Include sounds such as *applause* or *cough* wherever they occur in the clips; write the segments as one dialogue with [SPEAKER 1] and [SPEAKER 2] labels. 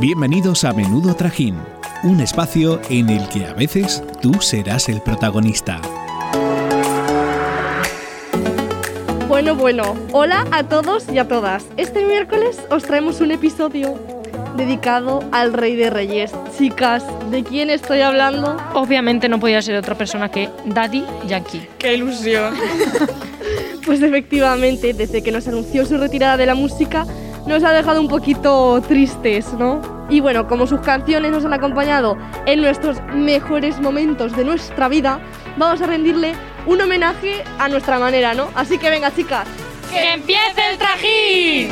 [SPEAKER 1] Bienvenidos a Menudo Trajín, un espacio en el que a veces tú serás el protagonista.
[SPEAKER 2] Bueno, bueno, hola a todos y a todas. Este miércoles os traemos un episodio dedicado al Rey de Reyes. Chicas, ¿de quién estoy hablando?
[SPEAKER 3] Obviamente no podía ser otra persona que Daddy Yankee.
[SPEAKER 4] ¡Qué ilusión!
[SPEAKER 2] Pues efectivamente, desde que nos anunció su retirada de la música, nos ha dejado un poquito tristes, ¿no? Y bueno, como sus canciones nos han acompañado en nuestros mejores momentos de nuestra vida, vamos a rendirle un homenaje a nuestra manera, ¿no? Así que venga, chicas.
[SPEAKER 5] ¡Que empiece el trajín!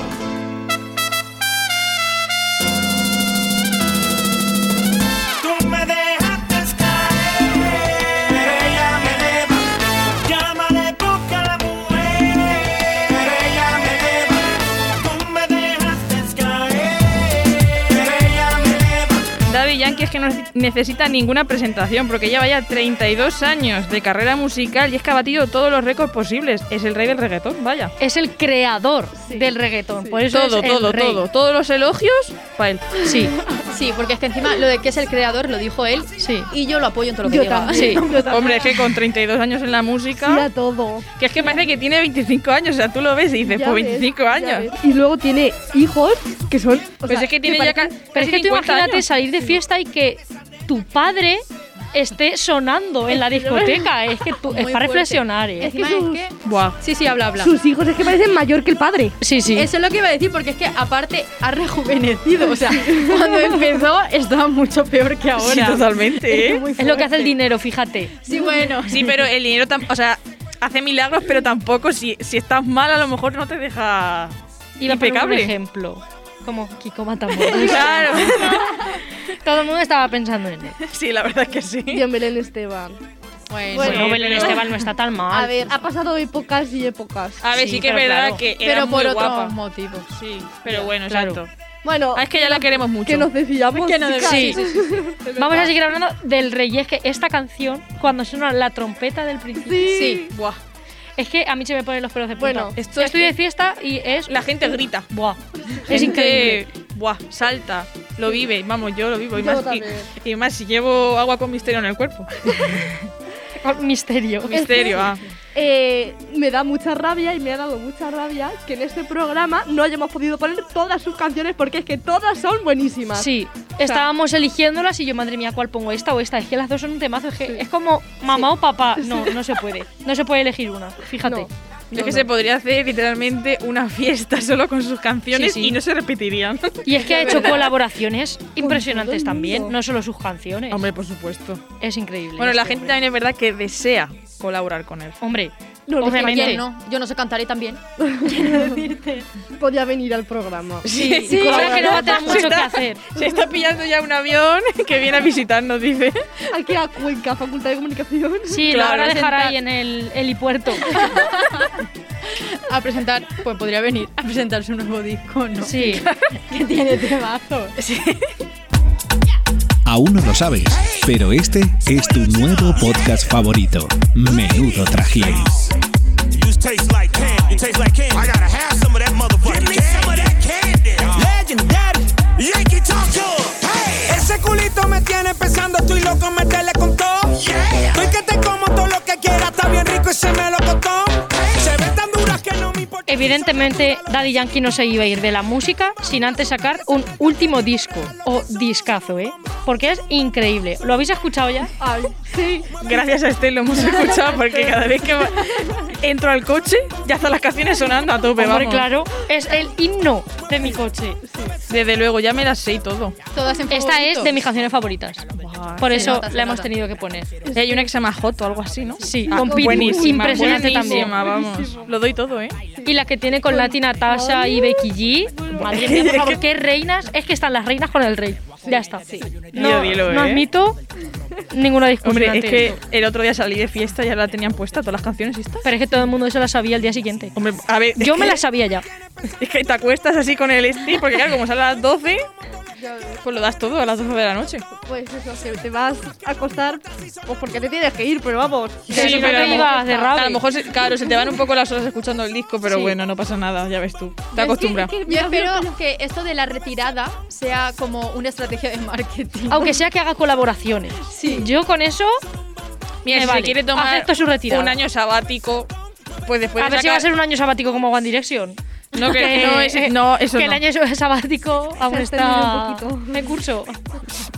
[SPEAKER 6] Tú me dejaste caer, pero ella me levanta. Llámale poca la mujer, pero ella me levanta. Tú me dejaste caer, pero ella me levanta.
[SPEAKER 4] Daddy Yankee es que no necesita ninguna presentación porque lleva ya 32 años de carrera musical y es que ha batido todos los récords posibles. Es el rey del reggaetón, vaya.
[SPEAKER 3] Es el creador del reggaetón, por eso
[SPEAKER 4] todo,
[SPEAKER 3] es el
[SPEAKER 4] todo,
[SPEAKER 3] rey.
[SPEAKER 4] todo. Todos los elogios para él.
[SPEAKER 3] Sí,
[SPEAKER 7] Sí, porque es que encima lo de que es el creador lo dijo él
[SPEAKER 3] sí.
[SPEAKER 7] y yo lo apoyo en todo lo que
[SPEAKER 2] Yo
[SPEAKER 7] diga.
[SPEAKER 2] también. *laughs*
[SPEAKER 7] Sí.
[SPEAKER 2] Yo también.
[SPEAKER 4] Hombre, es que con 32 años en la
[SPEAKER 2] Sí a
[SPEAKER 4] música,
[SPEAKER 2] todo.
[SPEAKER 4] que es que parece que tiene 25 años, o sea, tú lo ves y dices,
[SPEAKER 2] Ya
[SPEAKER 4] pues
[SPEAKER 2] ves,
[SPEAKER 4] 25
[SPEAKER 2] ya
[SPEAKER 4] años.
[SPEAKER 2] ves. Y luego tiene hijos que son. o
[SPEAKER 4] Pues
[SPEAKER 2] sea,
[SPEAKER 4] es que tiene ya ca-
[SPEAKER 2] parecen-
[SPEAKER 3] Pero es
[SPEAKER 4] casi
[SPEAKER 3] que tú
[SPEAKER 4] 50
[SPEAKER 3] imagínate
[SPEAKER 4] años.
[SPEAKER 3] salir de fiesta y que tu padre esté sonando en la discoteca. Es que tú-
[SPEAKER 7] Muy
[SPEAKER 3] es para
[SPEAKER 7] fuerte.
[SPEAKER 3] reflexionar, ¿eh?
[SPEAKER 7] Es que,
[SPEAKER 2] que sus-
[SPEAKER 7] es que-
[SPEAKER 4] Buah.
[SPEAKER 7] Sí, sí, habla, habla.
[SPEAKER 2] Sus hijos es que parecen mayor que el padre.
[SPEAKER 3] Sí, sí.
[SPEAKER 7] Eso es lo que iba a decir, porque es que aparte ha rejuvenecido. O sea, cuando empezó estaba mucho peor que ahora.
[SPEAKER 4] Sí, *laughs* totalmente, ¿eh?
[SPEAKER 3] es lo que hace el dinero, fíjate.
[SPEAKER 7] Sí, bueno.
[SPEAKER 4] Sí, pero el dinero, tam- o sea, hace milagros, pero tampoco si, si estás mal a lo mejor no te
[SPEAKER 3] Iba a
[SPEAKER 4] deja
[SPEAKER 3] poner un
[SPEAKER 4] impecable.
[SPEAKER 3] ejemplo. Como Kiko Matamoros.
[SPEAKER 4] *laughs* Claro,
[SPEAKER 3] Todo el mundo estaba pensando en él.
[SPEAKER 4] sí, la verdad es que sí.
[SPEAKER 2] Y en Belén Esteban.
[SPEAKER 7] Bueno,
[SPEAKER 3] Bueno,
[SPEAKER 4] pero-
[SPEAKER 3] Belén Esteban no está tan mal.
[SPEAKER 2] A ver, ha pasado épocas y épocas.
[SPEAKER 4] A ver, sí,
[SPEAKER 3] Sí,
[SPEAKER 4] que es
[SPEAKER 3] pero
[SPEAKER 4] verdad
[SPEAKER 3] claro.
[SPEAKER 4] que era
[SPEAKER 7] pero
[SPEAKER 4] muy
[SPEAKER 7] por otros
[SPEAKER 4] guapa.
[SPEAKER 7] motivos.
[SPEAKER 4] Sí, pero bueno,
[SPEAKER 3] Claro.
[SPEAKER 4] exacto.
[SPEAKER 2] Bueno,
[SPEAKER 4] Ah, es que ya la queremos mucho.
[SPEAKER 2] que nos desviamos.
[SPEAKER 7] Que nos
[SPEAKER 2] chicas.
[SPEAKER 3] Sí. Vamos a seguir hablando del rey. Y es que esta canción, cuando suena la trompeta del principio,
[SPEAKER 7] Sí.
[SPEAKER 4] Buah,
[SPEAKER 3] es que a mí se me ponen los pelos de punta.
[SPEAKER 2] Bueno,
[SPEAKER 4] esto
[SPEAKER 3] estoy
[SPEAKER 4] es que-
[SPEAKER 3] de fiesta y es.
[SPEAKER 4] la gente grita.
[SPEAKER 3] Buah. Es
[SPEAKER 4] Gente,
[SPEAKER 3] increíble.
[SPEAKER 4] Buah, salta. Lo vive, vamos, yo lo vivo. Y,
[SPEAKER 2] Yo
[SPEAKER 4] más, y-
[SPEAKER 2] también.
[SPEAKER 4] y más si llevo agua con misterio en el cuerpo.
[SPEAKER 3] Misterio.
[SPEAKER 4] Misterio, ah.
[SPEAKER 2] Eh, me da mucha rabia y me ha dado mucha rabia que en este programa no hayamos podido poner todas sus canciones porque es que todas son buenísimas.
[SPEAKER 3] Sí, estábamos eligiéndolas y yo, madre mía, ¿cuál pongo esta o esta? Es que las dos son un temazo, es que es como mamá o papá. No, no se puede. No se puede elegir una, fíjate.
[SPEAKER 2] No.
[SPEAKER 4] es que se podría hacer literalmente una fiesta *laughs* solo con sus canciones
[SPEAKER 3] Sí, sí.
[SPEAKER 4] y no se repetirían.
[SPEAKER 3] Y es que ha hecho colaboraciones impresionantes
[SPEAKER 2] todo el
[SPEAKER 3] también,
[SPEAKER 2] mundo.
[SPEAKER 3] no solo sus canciones.
[SPEAKER 4] Hombre, por supuesto.
[SPEAKER 3] Es increíble.
[SPEAKER 4] Bueno, la
[SPEAKER 3] este
[SPEAKER 4] gente
[SPEAKER 3] hombre.
[SPEAKER 4] también es verdad que desea colaborar con él.
[SPEAKER 3] Hombre,
[SPEAKER 2] No, no,
[SPEAKER 3] obviamente.
[SPEAKER 7] ¿Quién no? Yo no sé cantaré también.
[SPEAKER 2] Podía venir al programa.
[SPEAKER 3] Sí, creo que no va a tener mucho que hacer.
[SPEAKER 4] Se está pillando ya un avión *laughs* que viene a visitarnos, dice.
[SPEAKER 2] Aquí a Cuenca, Facultad de Comunicación.
[SPEAKER 3] Sí,
[SPEAKER 4] Claro,
[SPEAKER 3] lo van a dejar
[SPEAKER 4] sentar-
[SPEAKER 3] ahí en el helipuerto.
[SPEAKER 7] A presentar, pues podría venir a presentar su nuevo disco,
[SPEAKER 3] *laughs*
[SPEAKER 7] ¿no?
[SPEAKER 3] Sí.
[SPEAKER 7] Que tiene temazos.
[SPEAKER 1] Aún no lo sabes, pero este es tu nuevo podcast favorito, Menudo Trajín.
[SPEAKER 8] You taste like candy. You taste like candy. I gotta have some of that motherfucking Give me some of that candy. Legendary. Yankee Talk Tour. Hey.
[SPEAKER 6] Ese culito me tiene pensando, estoy loco, metele con todo.
[SPEAKER 8] Yeah.
[SPEAKER 6] Estoy que te como todo lo que quieras, está bien rico y se me lo costó. Se ven tan duras que no me importa.
[SPEAKER 3] Evidentemente, Daddy Yankee no se iba a ir de la música sin antes sacar un último disco o discazo, ¿eh? Porque es increíble. ¿Lo habéis escuchado ya?
[SPEAKER 2] Ay, sí.
[SPEAKER 4] Gracias a este lo hemos escuchado porque cada vez que va- entro al coche ya están las canciones sonando a tope,
[SPEAKER 3] Hombre,
[SPEAKER 4] vamos.
[SPEAKER 3] claro, es el himno de mi coche.
[SPEAKER 4] Desde luego, ya me las sé y todo.
[SPEAKER 7] Todas en
[SPEAKER 3] Esta es
[SPEAKER 7] favoritos.
[SPEAKER 3] de mis canciones favoritas. Por
[SPEAKER 7] Se
[SPEAKER 3] eso
[SPEAKER 7] nota, se
[SPEAKER 3] la hemos
[SPEAKER 7] nota.
[SPEAKER 3] tenido que poner.
[SPEAKER 4] Y hay una que se llama Hot o algo así, ¿no?
[SPEAKER 3] Sí,
[SPEAKER 4] Ah,
[SPEAKER 3] con Pitbull. Impresionante también.
[SPEAKER 4] buenísima, vamos. Lo doy todo, ¿eh?
[SPEAKER 3] Y la que tiene con Lati Natasha y Becky G. Madre mía, por favor, qué reinas. Es que están las reinas con el rey. Ya está. No,
[SPEAKER 4] Dilo, dilo,
[SPEAKER 3] no
[SPEAKER 4] ¿eh?
[SPEAKER 3] admito ninguna discusión.
[SPEAKER 4] Hombre, es
[SPEAKER 3] ante
[SPEAKER 4] que
[SPEAKER 3] esto.
[SPEAKER 4] el otro día salí de fiesta y ya la tenían puesta todas las canciones y estas.
[SPEAKER 3] Pero es que todo el mundo eso la sabía el día siguiente.
[SPEAKER 4] Hombre, a ver,
[SPEAKER 3] Yo me la sabía ya.
[SPEAKER 4] es que te acuestas así con el Steve porque claro, como sale a las 12, Pues lo das todo a las 12 de la noche.
[SPEAKER 2] Pues eso, que te vas a acostar, pues porque te tienes que ir, pero vamos.
[SPEAKER 3] Sí,
[SPEAKER 4] pero
[SPEAKER 3] pero
[SPEAKER 4] a lo mejor-
[SPEAKER 3] ibas de rave.
[SPEAKER 4] A lo mejor, se- claro, se te van un poco las horas escuchando el disco, pero
[SPEAKER 3] Sí.
[SPEAKER 4] bueno, no pasa nada, ya ves tú. Te acostumbras.
[SPEAKER 7] Yo espero que esto de la retirada sea como una estrategia de marketing.
[SPEAKER 3] Aunque sea que haga colaboraciones.
[SPEAKER 7] Sí.
[SPEAKER 3] Yo con eso
[SPEAKER 4] Mira,
[SPEAKER 3] me
[SPEAKER 4] si
[SPEAKER 3] vale.
[SPEAKER 4] se quiere tomar
[SPEAKER 3] Acepto su retirada.
[SPEAKER 4] un año sabático, pues después
[SPEAKER 3] a
[SPEAKER 4] de
[SPEAKER 3] ver si va
[SPEAKER 4] sacar-
[SPEAKER 3] a ser un año sabático como One Direction. Eh,
[SPEAKER 4] No, que, no, ese- no,
[SPEAKER 3] *laughs*
[SPEAKER 4] eso
[SPEAKER 3] que
[SPEAKER 4] no.
[SPEAKER 3] el año sabático aún
[SPEAKER 2] ha
[SPEAKER 3] está
[SPEAKER 2] extendido un poquito.
[SPEAKER 3] en curso.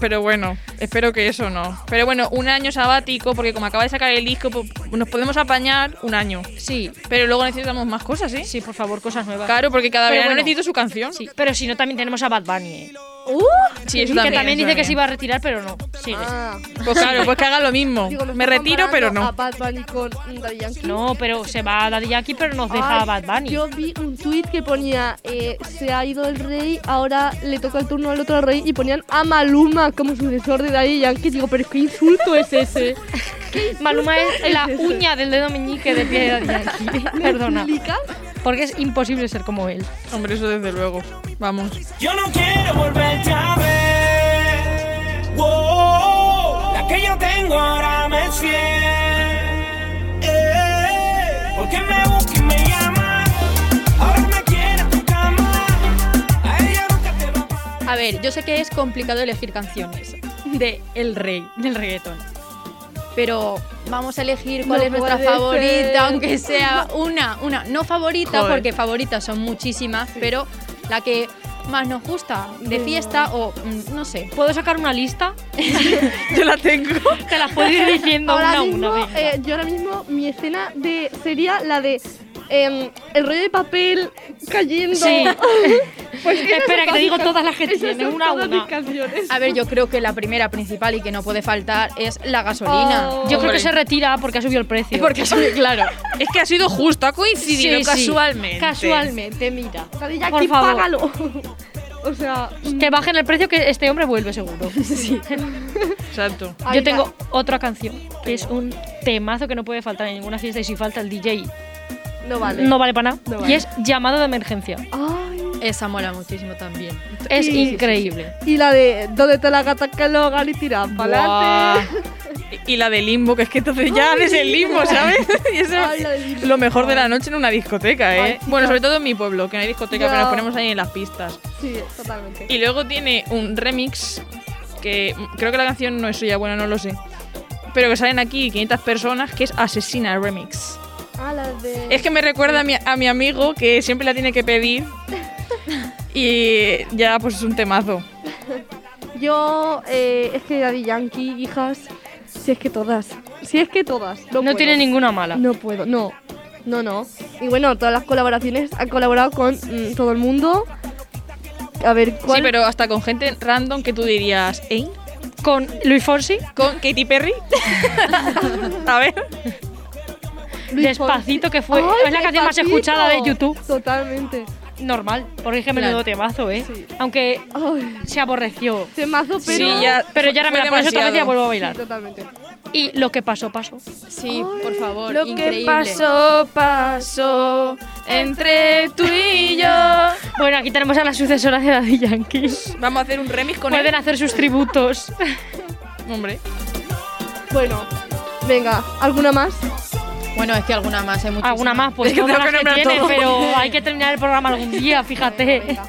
[SPEAKER 4] Pero bueno, espero que eso no. Pero bueno, un año sabático, porque como acaba de sacar el disco, pues, nos podemos apañar un año.
[SPEAKER 3] Sí,
[SPEAKER 4] Pero luego necesitamos más cosas, ¿eh?
[SPEAKER 3] sí, por favor, cosas nuevas.
[SPEAKER 4] Claro, porque cada
[SPEAKER 3] Pero
[SPEAKER 4] verano
[SPEAKER 3] bueno.
[SPEAKER 4] necesito su canción.
[SPEAKER 3] Sí, pero si no, también tenemos a Bad Bunny. ¿eh?
[SPEAKER 2] Uh,
[SPEAKER 4] Sí, eso
[SPEAKER 3] que también
[SPEAKER 4] eso
[SPEAKER 3] dice que se iba a retirar, pero no. Sigue.
[SPEAKER 2] Ah,
[SPEAKER 4] Pues claro, pues que haga lo mismo.
[SPEAKER 2] digo,
[SPEAKER 4] me
[SPEAKER 2] estoy
[SPEAKER 4] retiro, pero
[SPEAKER 2] comparando
[SPEAKER 4] no.
[SPEAKER 2] A Bad Bunny con Daddy Yankee.
[SPEAKER 3] No, pero se va a Daddy Yankee, pero nos deja
[SPEAKER 2] Ay,
[SPEAKER 3] a Bad Bunny.
[SPEAKER 2] Yo vi un tuit que ponía eh, se ha ido el rey, ahora le toca el turno al otro rey y ponían a Maluma como sucesor de Daddy Yankee. Digo, pero qué insulto es
[SPEAKER 4] *laughs*
[SPEAKER 2] ese.
[SPEAKER 3] Maluma es la
[SPEAKER 2] es ese?
[SPEAKER 3] uña del dedo meñique del pie de
[SPEAKER 2] *laughs*
[SPEAKER 3] Daddy Yankee. Perdona.
[SPEAKER 2] ¿Explicas?
[SPEAKER 3] Porque es imposible ser como él.
[SPEAKER 4] Hombre, eso desde luego. Vamos.
[SPEAKER 6] Yo no quiero volverte a ver. Wow, la que yo tengo ahora me es fiel. Eh, porque me busca y me llama. Ahora me quiere en tu cama. A ella nunca te va a parar.
[SPEAKER 7] A ver, yo sé que es complicado elegir canciones de el rey del reggaetón. Pero vamos a elegir cuál
[SPEAKER 2] No
[SPEAKER 7] es nuestra
[SPEAKER 2] puede
[SPEAKER 7] favorita,
[SPEAKER 2] ser.
[SPEAKER 7] aunque sea una, una no favorita,
[SPEAKER 4] Joder.
[SPEAKER 7] porque favoritas son muchísimas, pero la que más nos gusta, de fiesta o mm, no sé.
[SPEAKER 3] ¿Puedo sacar una lista?
[SPEAKER 4] Yo la tengo.
[SPEAKER 3] Te las
[SPEAKER 2] *laughs*
[SPEAKER 3] puedo ir diciendo
[SPEAKER 2] ahora
[SPEAKER 3] una a una.
[SPEAKER 2] mismo,
[SPEAKER 3] venga.
[SPEAKER 2] eh, yo ahora mismo mi escena de sería la de em, el rollo de papel cayendo.
[SPEAKER 3] Sí.
[SPEAKER 2] *laughs*
[SPEAKER 3] *laughs*
[SPEAKER 2] Pues esas
[SPEAKER 3] Espera,
[SPEAKER 2] son
[SPEAKER 3] que te digo
[SPEAKER 2] básicas.
[SPEAKER 3] todas las que
[SPEAKER 2] Esas
[SPEAKER 3] tienen,
[SPEAKER 2] son
[SPEAKER 3] una a
[SPEAKER 2] todas
[SPEAKER 3] una.
[SPEAKER 2] mis canciones.
[SPEAKER 3] *laughs*
[SPEAKER 7] A ver, yo creo que la primera principal y que no puede faltar es la gasolina.
[SPEAKER 2] Oh.
[SPEAKER 3] Yo creo
[SPEAKER 4] Hombre.
[SPEAKER 3] que se retira porque ha subido el precio.
[SPEAKER 7] *laughs* Porque soy claro.
[SPEAKER 4] Es que ha sido justo, ha
[SPEAKER 3] Sí,
[SPEAKER 4] coincidido
[SPEAKER 3] sí.
[SPEAKER 4] casualmente.
[SPEAKER 3] Casualmente, mira.
[SPEAKER 2] Daddy Yankee,
[SPEAKER 3] Por favor.
[SPEAKER 2] págalo. *laughs* o sea,
[SPEAKER 3] Que bajen el precio que este hombre vuelve seguro.
[SPEAKER 2] *laughs*
[SPEAKER 4] Exacto.
[SPEAKER 2] ahí
[SPEAKER 3] Yo
[SPEAKER 2] va.
[SPEAKER 3] tengo otra canción que es un temazo que no puede faltar en ninguna fiesta y si falta el DJ
[SPEAKER 2] No vale.
[SPEAKER 3] no vale para nada.
[SPEAKER 2] No vale.
[SPEAKER 3] Y es llamado de emergencia.
[SPEAKER 2] Ay.
[SPEAKER 7] Esa mola muchísimo también.
[SPEAKER 3] Es
[SPEAKER 2] Sí, sí, sí.
[SPEAKER 3] increíble.
[SPEAKER 2] Y la de ¿Dónde está la gata que lo hagan y tiran para
[SPEAKER 4] Buah. Y la de limbo, que es que entonces ya haces el limbo, ¿sabes? *laughs* Y eso
[SPEAKER 2] Ay, la de
[SPEAKER 4] es
[SPEAKER 2] limbo.
[SPEAKER 4] lo mejor de la noche en una discoteca, ¿eh?
[SPEAKER 2] Ay, chicas.
[SPEAKER 4] bueno, sobre todo en mi pueblo, que no hay discoteca,
[SPEAKER 2] Ya.
[SPEAKER 4] pero nos ponemos ahí en las pistas.
[SPEAKER 2] Sí, totalmente.
[SPEAKER 4] Y luego tiene un remix que mm, creo que la canción no es suya, bueno, no lo sé. Pero que salen aquí 500 personas, que es Asesina Remix.
[SPEAKER 2] Ah, la de.
[SPEAKER 4] Es que me recuerda a mi, a mi amigo que siempre la tiene que pedir. Y ya, pues es un temazo.
[SPEAKER 2] Yo. eh, es que Daddy Yankee, hijas. Si es que todas. Si es que todas. No,
[SPEAKER 3] No,
[SPEAKER 2] puedo.
[SPEAKER 3] tiene ninguna mala.
[SPEAKER 2] No puedo, no. No, no. Y bueno, todas las colaboraciones han colaborado con mm, todo el mundo. A ver, ¿cuál?
[SPEAKER 4] Sí, pero hasta con gente random que tú dirías, ¿eh?
[SPEAKER 3] Con Luis Fonsi,
[SPEAKER 4] ¿Con Katy Perry? *laughs* a ver.
[SPEAKER 2] Luis
[SPEAKER 3] Despacito
[SPEAKER 2] Fonsi.
[SPEAKER 3] que fue- es la canción más escuchada de YouTube.
[SPEAKER 2] Totalmente.
[SPEAKER 3] normal. Porque es que menudo
[SPEAKER 7] Claro.
[SPEAKER 3] temazo, ¿eh?
[SPEAKER 2] Sí.
[SPEAKER 3] Aunque
[SPEAKER 2] Ay,
[SPEAKER 3] se aborreció.
[SPEAKER 2] temazo, pero.
[SPEAKER 4] Sí, ya.
[SPEAKER 3] Pero ya ahora me
[SPEAKER 4] Ah,
[SPEAKER 3] la
[SPEAKER 4] fue
[SPEAKER 3] pones otra
[SPEAKER 4] demasiado.
[SPEAKER 3] vez y ya vuelvo a
[SPEAKER 2] Sí,
[SPEAKER 3] bailar.
[SPEAKER 2] totalmente.
[SPEAKER 3] Y lo que pasó, pasó.
[SPEAKER 7] Sí, por favor.
[SPEAKER 4] Lo
[SPEAKER 7] increíble.
[SPEAKER 4] que pasó, pasó entre tú y yo.
[SPEAKER 3] Bueno, aquí tenemos a la sucesora de Daddy Yankee.
[SPEAKER 4] Vamos a hacer un remix con
[SPEAKER 3] Pueden hacer sus tributos.
[SPEAKER 4] él. Hombre.
[SPEAKER 2] Bueno, venga, ¿alguna más?
[SPEAKER 7] Bueno, es que alguna más, hay muchísimas.
[SPEAKER 3] Alguna más, pues
[SPEAKER 4] Es que
[SPEAKER 3] todas
[SPEAKER 4] tengo que
[SPEAKER 3] las que
[SPEAKER 4] nombrar
[SPEAKER 3] tiene,
[SPEAKER 4] todo.
[SPEAKER 3] pero hay que terminar el programa algún día, fíjate.
[SPEAKER 2] Venga.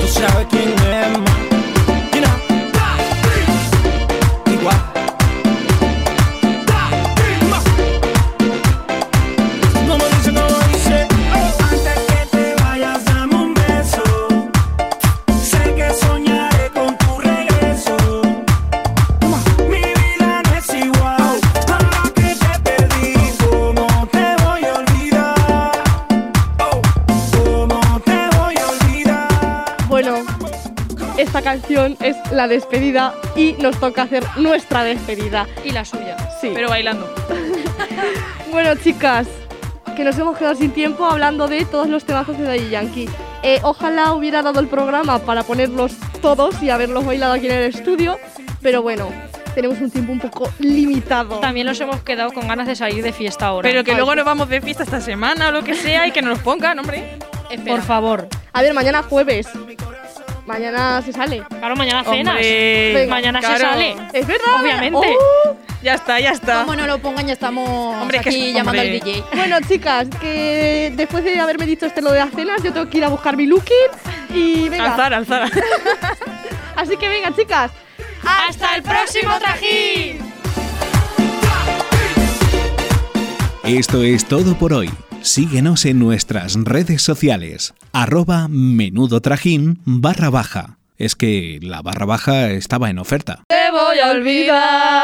[SPEAKER 6] Tú sabes quién es, ma. You know. Igual. Como dice, como dice. Antes que te vayas, dame un beso. Sé que soñaré con tu regreso. Mi vida no es igual a lo que te pedí. ¿Cómo te voy a olvidar? ¿Cómo oh, te voy a olvidar?
[SPEAKER 2] Bueno, esta canción es la despedida y nos toca hacer nuestra despedida.
[SPEAKER 3] Y la suya.
[SPEAKER 2] Sí.
[SPEAKER 4] Pero bailando.
[SPEAKER 2] Bueno, chicas, que nos hemos quedado sin tiempo hablando de todos los temazos de Daddy Yankee. Eh, ojalá hubiera dado el programa para ponerlos todos y haberlos bailado aquí en el estudio, pero bueno, tenemos un tiempo un poco limitado.
[SPEAKER 3] También nos hemos quedado con ganas de salir de fiesta ahora.
[SPEAKER 4] Pero que
[SPEAKER 3] Ay,
[SPEAKER 4] luego nos vamos de fiesta esta semana o lo que sea y que nos los pongan, hombre.
[SPEAKER 7] Espera.
[SPEAKER 3] Por favor.
[SPEAKER 2] A ver, mañana jueves. Mañana se sale.
[SPEAKER 3] Claro, mañana cenas.
[SPEAKER 4] Hombre,
[SPEAKER 2] Venga,
[SPEAKER 3] mañana
[SPEAKER 4] claro.
[SPEAKER 3] se sale.
[SPEAKER 2] Es verdad.
[SPEAKER 3] Obviamente.
[SPEAKER 2] Oh.
[SPEAKER 4] Ya está, ya está.
[SPEAKER 7] Como no lo pongan, ya estamos
[SPEAKER 4] Hombre, es que
[SPEAKER 7] aquí
[SPEAKER 4] es-
[SPEAKER 7] llamando
[SPEAKER 4] hombre.
[SPEAKER 7] al DJ.
[SPEAKER 2] Bueno, chicas, que después de haberme dicho este lo de las cenas, yo tengo que ir a buscar mi looking y venga.
[SPEAKER 4] Alzar, alzar.
[SPEAKER 2] Así que venga, chicas.
[SPEAKER 3] ¡Hasta el próximo trajín!
[SPEAKER 1] Esto es todo por hoy. Síguenos en nuestras redes sociales, arroba menudo trajín barra baja. Es que la barra baja estaba en oferta.
[SPEAKER 2] Te voy a olvidar.